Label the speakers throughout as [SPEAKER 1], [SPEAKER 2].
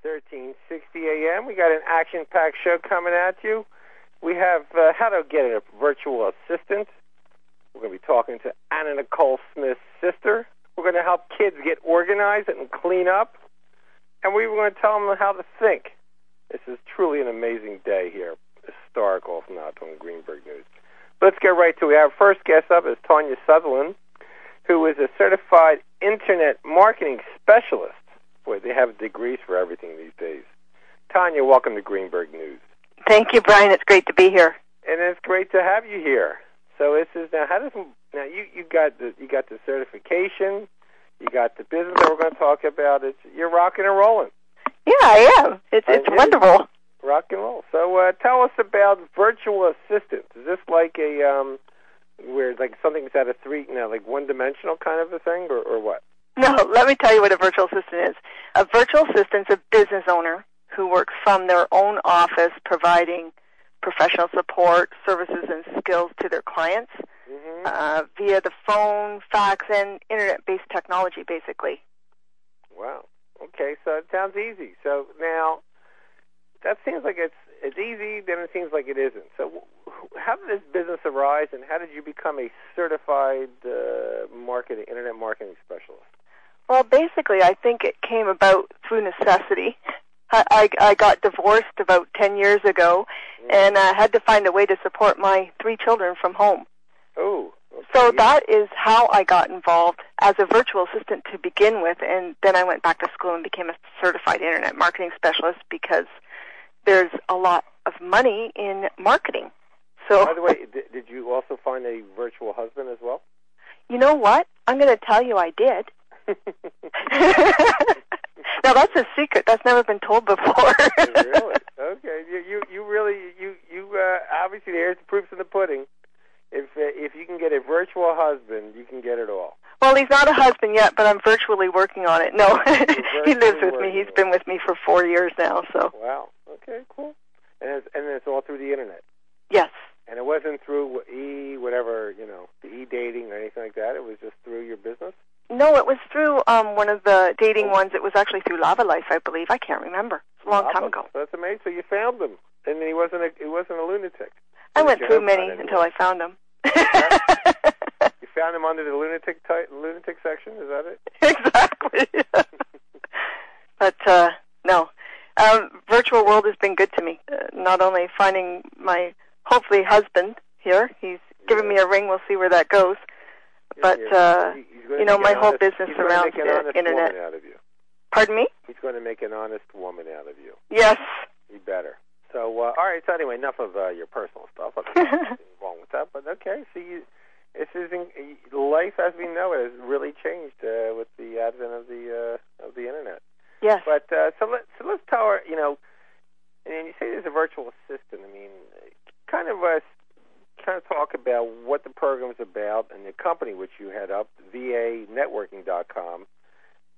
[SPEAKER 1] 1360 a.m. We got an action-packed show coming at you. We have uh, how to get a virtual assistant. We're going to be talking to Anna Nicole Smith's sister. We're going to help kids get organized and clean up, and we were going to tell them how to think. This is truly an amazing day here, historical, if not on Greenberg News. Let's get right to it. Our first guest up is Tanya Sutherland, who is a certified internet marketing specialist. Boy, they have degrees for everything these days. Tanya, welcome to Greenberg News.
[SPEAKER 2] Thank you, Brian. It's great to be here.
[SPEAKER 1] And it's great to have you here. So this is now how does now you you got the you got the certification, you got the business that we're going to talk about. It's you're rocking and rolling,
[SPEAKER 2] Yeah, I am. It's it's
[SPEAKER 1] Thank you.
[SPEAKER 2] wonderful.
[SPEAKER 1] rock and roll. So uh, tell us about virtual assistants. Is this like a um, where like something's out of three now like one dimensional kind of a thing or or what?
[SPEAKER 2] No, let me tell you what a virtual assistant is. A virtual assistant's a business owner who works from their own office providing professional support, services and skills to their clients
[SPEAKER 1] Mm-hmm.
[SPEAKER 2] uh, via the phone, fax and internet-based technology basically.
[SPEAKER 1] Wow. Okay, so it sounds easy. So now that seems like it's it's easy, then it seems like it isn't. So wh- how did this business arise, and how did you become a certified uh, marketing internet marketing specialist?
[SPEAKER 2] Well, basically, I think it came about through necessity. I, I, I got divorced about 10 years ago
[SPEAKER 1] Mm.
[SPEAKER 2] and uh, had to find a way to support my three children from home.
[SPEAKER 1] Oh, okay.
[SPEAKER 2] So
[SPEAKER 1] you-
[SPEAKER 2] that is how I got involved as a virtual assistant to begin with, and then I went back to school and became a certified internet marketing specialist because there's a lot of money in marketing. So,
[SPEAKER 1] By the way, did, did you also find a virtual husband as well?
[SPEAKER 2] you know what? I'm going to tell you I did. now that's a secret that's never been told before.
[SPEAKER 1] really? Okay. You you, you really you you uh, obviously there's the proof's in the pudding. If uh, if you can get a virtual husband, you can get it all.
[SPEAKER 2] Well, he's not a husband yet, but I'm virtually working on it. No, he lives with me. He's been with me for four years now. So,
[SPEAKER 1] Wow. Okay. Cool. And it's, and it's all through the internet.
[SPEAKER 2] yes,
[SPEAKER 1] And it wasn't through e whatever you know the e dating or anything like that. It was just through your business.
[SPEAKER 2] no, it was through um one of the dating ones. It was actually through Lava Life, I believe. I can't remember. It's a long time ago.
[SPEAKER 1] So that's amazing. So you found him, and he wasn't a he wasn't a lunatic.
[SPEAKER 2] I went
[SPEAKER 1] Did you
[SPEAKER 2] through
[SPEAKER 1] have
[SPEAKER 2] many
[SPEAKER 1] fun anyway?
[SPEAKER 2] until I found him.
[SPEAKER 1] You found him under the lunatic ty- lunatic section. Is that it?
[SPEAKER 2] exactly. but uh, no, um, virtual world has been good to me. Uh, not only finding my hopefully husband here, he's given me a ring. We'll see where that goes. But,
[SPEAKER 1] He's-
[SPEAKER 2] uh,
[SPEAKER 1] he's gonna
[SPEAKER 2] you know,
[SPEAKER 1] make
[SPEAKER 2] my
[SPEAKER 1] an
[SPEAKER 2] whole
[SPEAKER 1] honest-
[SPEAKER 2] business
[SPEAKER 1] he's gonna
[SPEAKER 2] around
[SPEAKER 1] make an
[SPEAKER 2] the
[SPEAKER 1] honest
[SPEAKER 2] internet.
[SPEAKER 1] Woman out of you.
[SPEAKER 2] Pardon me?
[SPEAKER 1] He's going to make an honest woman out of you.
[SPEAKER 2] Yes.
[SPEAKER 1] You better. So uh, all right. So anyway, enough of uh, your personal stuff. I don't know if there's anything wrong with that, but okay. So you, this is in, life as we know it has really changed uh, with the advent of the uh, of the internet.
[SPEAKER 2] Yes.
[SPEAKER 1] But uh, so let so let's tell her. You know, and you say there's a virtual assistant. I mean, kind of us kind of talk about what the program's about and the company which you head up, vanetworking.com,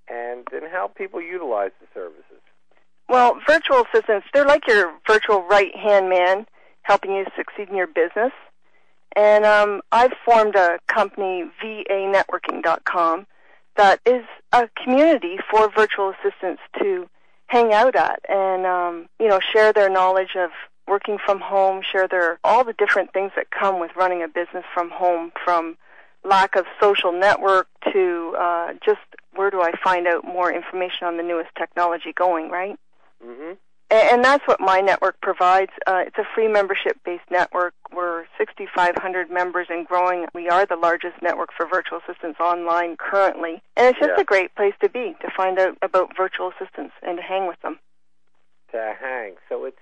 [SPEAKER 1] and and how people utilize the services.
[SPEAKER 2] Well, virtual assistants, they're like your virtual right hand man helping you succeed in your business. And um, I've formed a company, vanetworking.com, that is a community for virtual assistants to hang out at and, um, you know, share their knowledge of working from home, share their all the different things that come with running a business from home, from lack of social network to uh, just where do I find out more information on the newest technology going, right?
[SPEAKER 1] Mm-hmm.
[SPEAKER 2] And, and that's what my network provides. Uh, it's a free membership-based network. We're 6,500 members and growing. We are the largest network for virtual assistants online currently, and it's just
[SPEAKER 1] Yeah.
[SPEAKER 2] a great place to be to find out about virtual assistants and to hang with them.
[SPEAKER 1] to hang. So it's,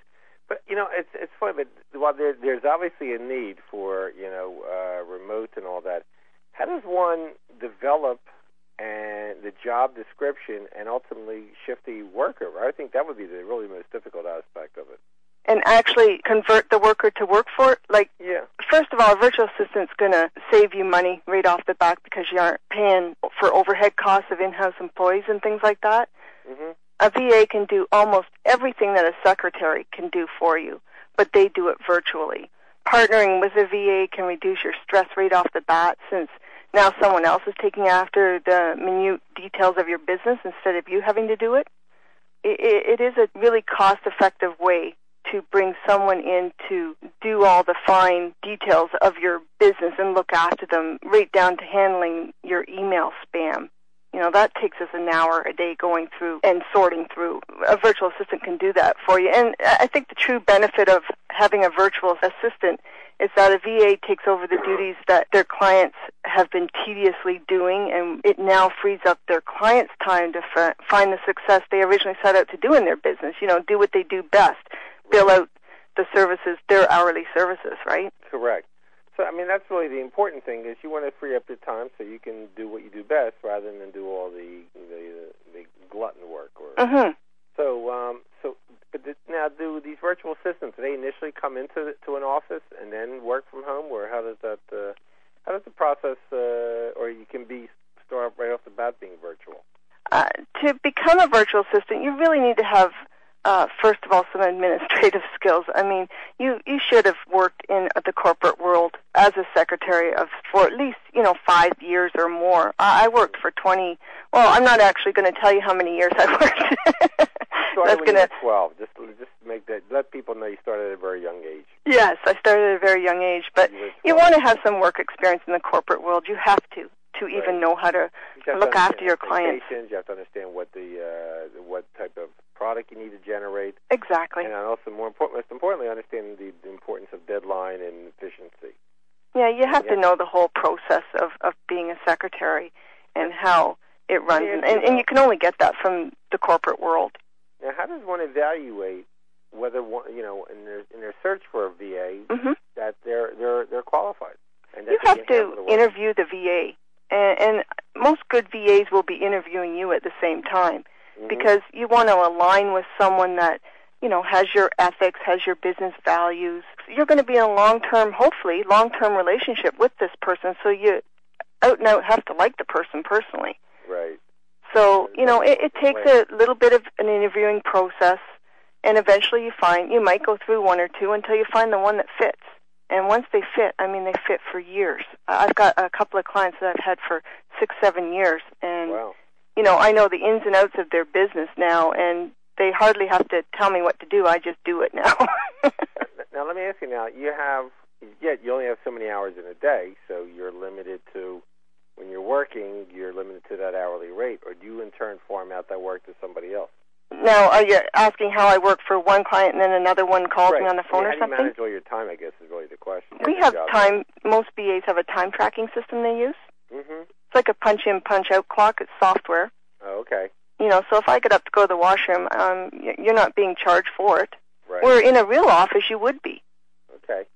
[SPEAKER 1] but you know, it's it's funny. But while there, there's obviously a need for you know uh, remote and all that, how does one develop and the job description and ultimately shift the worker? I think that would be the really most difficult aspect of it.
[SPEAKER 2] And actually convert the worker to work for it. Like,
[SPEAKER 1] Yeah.
[SPEAKER 2] first of all, a virtual assistant's going to save you money right off the bat because you aren't paying for overhead costs of in-house employees and things like that.
[SPEAKER 1] hmm
[SPEAKER 2] a VA can do almost everything that a secretary can do for you, but they do it virtually. Partnering with a VA can reduce your stress rate off the bat since now someone else is taking after the minute details of your business instead of you having to do it. it, it is a really cost effective way to bring someone in to do all the fine details of your business and look after them right down to handling your email spam. You know, that takes us an hour a day going through and sorting through. A virtual assistant can do that for you. And I think the true benefit of having a virtual assistant is that a VA takes over the duties that their clients have been tediously doing, and it now frees up their clients' time to f- find the success they originally set out to do in their business. You know, do what they do best, bill out the services, their hourly services, right?
[SPEAKER 1] Correct. So, I mean, that's really the important thing is you want to free up your time so you can do what you do best rather than do all the the, the glutton work. Or
[SPEAKER 2] Mm-hmm.
[SPEAKER 1] so, um, so but th- now do these virtual assistants? Do they initially come into the, to an office and then work from home, or how does that? Uh, how does the process? Uh, or you can be start right off the bat being virtual.
[SPEAKER 2] Uh, to become a virtual assistant, you really need to have, uh, first of all, some administrative skills. I mean, you you should have worked in the corporate world as a secretary of for at least you know five years or more. I, I worked for twenty. Well, I'm not actually going to tell you how many years I worked.
[SPEAKER 1] Started
[SPEAKER 2] That's
[SPEAKER 1] when you
[SPEAKER 2] gonna-
[SPEAKER 1] were twelve. Just just make that let people know you started at a very young age.
[SPEAKER 2] yes, I started at a very young age, but
[SPEAKER 1] were
[SPEAKER 2] you
[SPEAKER 1] 12.
[SPEAKER 2] want to have some work experience in the corporate world. You have to to even
[SPEAKER 1] Right.
[SPEAKER 2] know how to
[SPEAKER 1] You have to
[SPEAKER 2] Look after
[SPEAKER 1] understand
[SPEAKER 2] your clients.
[SPEAKER 1] expectations, You have to understand what the uh, what type of product you need to generate,
[SPEAKER 2] exactly.
[SPEAKER 1] and also more important, most importantly, understand the, the importance of deadline and efficiency.
[SPEAKER 2] Yeah, you have
[SPEAKER 1] Yeah.
[SPEAKER 2] to know the whole process of of being a secretary and how it runs,
[SPEAKER 1] Yeah,
[SPEAKER 2] and, and, and you can only get that from the corporate world.
[SPEAKER 1] Now, how does one evaluate whether one, you know in their in their search for a VA
[SPEAKER 2] hmm
[SPEAKER 1] that they're they're they're qualified? And that
[SPEAKER 2] You
[SPEAKER 1] they
[SPEAKER 2] have
[SPEAKER 1] can handle the
[SPEAKER 2] to
[SPEAKER 1] work?
[SPEAKER 2] interview the VA, and, and most good VAs will be interviewing you at the same time
[SPEAKER 1] Mhm.
[SPEAKER 2] because you want to align with someone that you know has your ethics, has your business values. You're going to be in a long term, hopefully, long term relationship with this person, so you out and out have to like the person personally.
[SPEAKER 1] right.
[SPEAKER 2] So, you know, it, it takes a little bit of an interviewing process, and eventually you find, you might go through one or two until you find the one that fits. And once they fit, I mean, they fit for years. I- I've got a couple of clients that I've had for six, seven years, and,
[SPEAKER 1] Wow.
[SPEAKER 2] you know, I know the ins and outs of their business now, and they hardly have to tell me what to do. I just do it now.
[SPEAKER 1] Now let me ask you. Now you have yet you only have so many hours in a day, so you're limited to when you're working. You're limited to that hourly rate, or do you in turn farm out that work to somebody else?
[SPEAKER 2] now, are you asking how I work for one client and then another one calls me on the phone
[SPEAKER 1] I mean, how do
[SPEAKER 2] or
[SPEAKER 1] you
[SPEAKER 2] something?
[SPEAKER 1] manage all your time? I guess is really the question.
[SPEAKER 2] We
[SPEAKER 1] Your
[SPEAKER 2] have
[SPEAKER 1] job.
[SPEAKER 2] time, most BAs have a time tracking system they use.
[SPEAKER 1] Mhm.
[SPEAKER 2] It's like a punch in, punch out clock. It's software.
[SPEAKER 1] Oh, okay.
[SPEAKER 2] You know, so if I get up to go to the washroom, um, y- you're not being charged for it.
[SPEAKER 1] Right.
[SPEAKER 2] Where in a real office, you would be.
[SPEAKER 1] okay.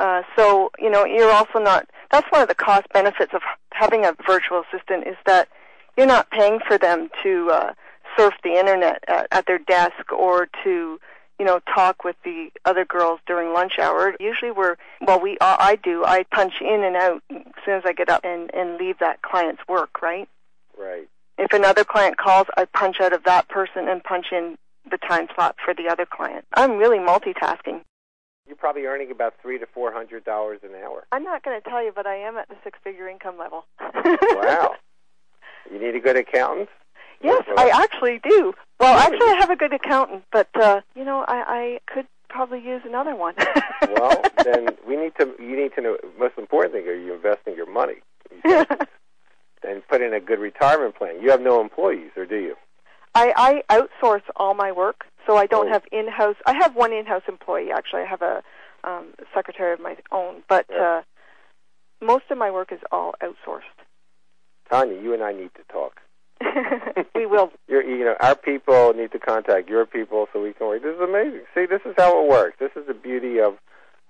[SPEAKER 2] Uh, so you know, you're also not. That's one of the cost benefits of having a virtual assistant is that you're not paying for them to uh, surf the internet at, at their desk or to you know talk with the other girls during lunch hour. Usually, we're well, we I I do. I punch in and out as soon as I get up and and leave that client's work. Right.
[SPEAKER 1] Right.
[SPEAKER 2] If another client calls, I punch out of that person and punch in the time slot for the other client. I'm really multitasking.
[SPEAKER 1] You're probably earning about three to four hundred dollars an hour.
[SPEAKER 2] I'm not going to tell you, but I am at the six figure income level.
[SPEAKER 1] Wow. you need a good accountant.
[SPEAKER 2] yes,
[SPEAKER 1] Well,
[SPEAKER 2] I actually do. Well,
[SPEAKER 1] Really?
[SPEAKER 2] actually, I have a good accountant, but, uh, you know, I, I could probably use another one.
[SPEAKER 1] well, then we need to. You need to know. Most important thing: are you investing your money? You said and put in a good retirement plan. You have no employees, or do you?
[SPEAKER 2] I, I outsource all my work, so I don't
[SPEAKER 1] Oh.
[SPEAKER 2] have in house. I have one in house employee, actually. I have a um, secretary of my own, but
[SPEAKER 1] Yeah.
[SPEAKER 2] uh, most of my work is all outsourced.
[SPEAKER 1] Tanya, you and I need to talk.
[SPEAKER 2] we will.
[SPEAKER 1] Your, you know, our people need to contact your people so we can work. This is amazing. See, this is how it works. This is the beauty of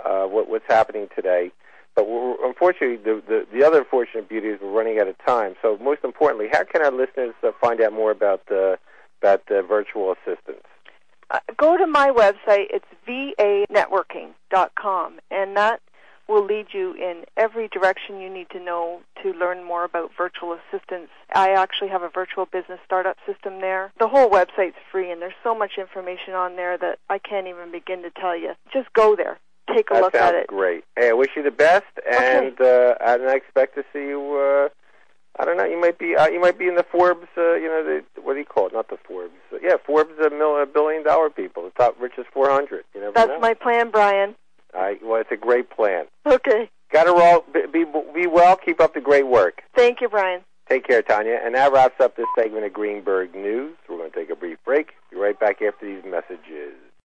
[SPEAKER 1] uh, what, what's happening today. But we're, unfortunately, the, the the other unfortunate beauty is we're running out of time. So, most importantly, how can our listeners uh, find out more about uh, about uh, virtual assistants?
[SPEAKER 2] Uh, go to my website. It's vanetworking.com, and that will lead you in every direction you need to know to learn more about virtual assistants. I actually have a virtual business startup system there. The whole website's free, and there's so much information on there that I can't even begin to tell you. Just go there. Take a
[SPEAKER 1] that
[SPEAKER 2] look
[SPEAKER 1] sounds
[SPEAKER 2] at it.
[SPEAKER 1] great. Hey, I wish you the best, and uh, and I expect to see you. Uh, I don't know. You might be uh, you might be in the Forbes. Uh, you know, the, what do you call it? Not the Forbes. uh, Yeah, Forbes a, mil- a billion dollar people, the top richest 400. You never
[SPEAKER 2] That's
[SPEAKER 1] know.
[SPEAKER 2] my plan, Brian.
[SPEAKER 1] I, well, it's a great plan.
[SPEAKER 2] Okay.
[SPEAKER 1] Got to roll. Be, be be well. Keep up the great work.
[SPEAKER 2] Thank you, Brian.
[SPEAKER 1] Take care, Tanya. And that wraps up this segment of Greenberg News. We're going to take a brief break. Be right back after these messages.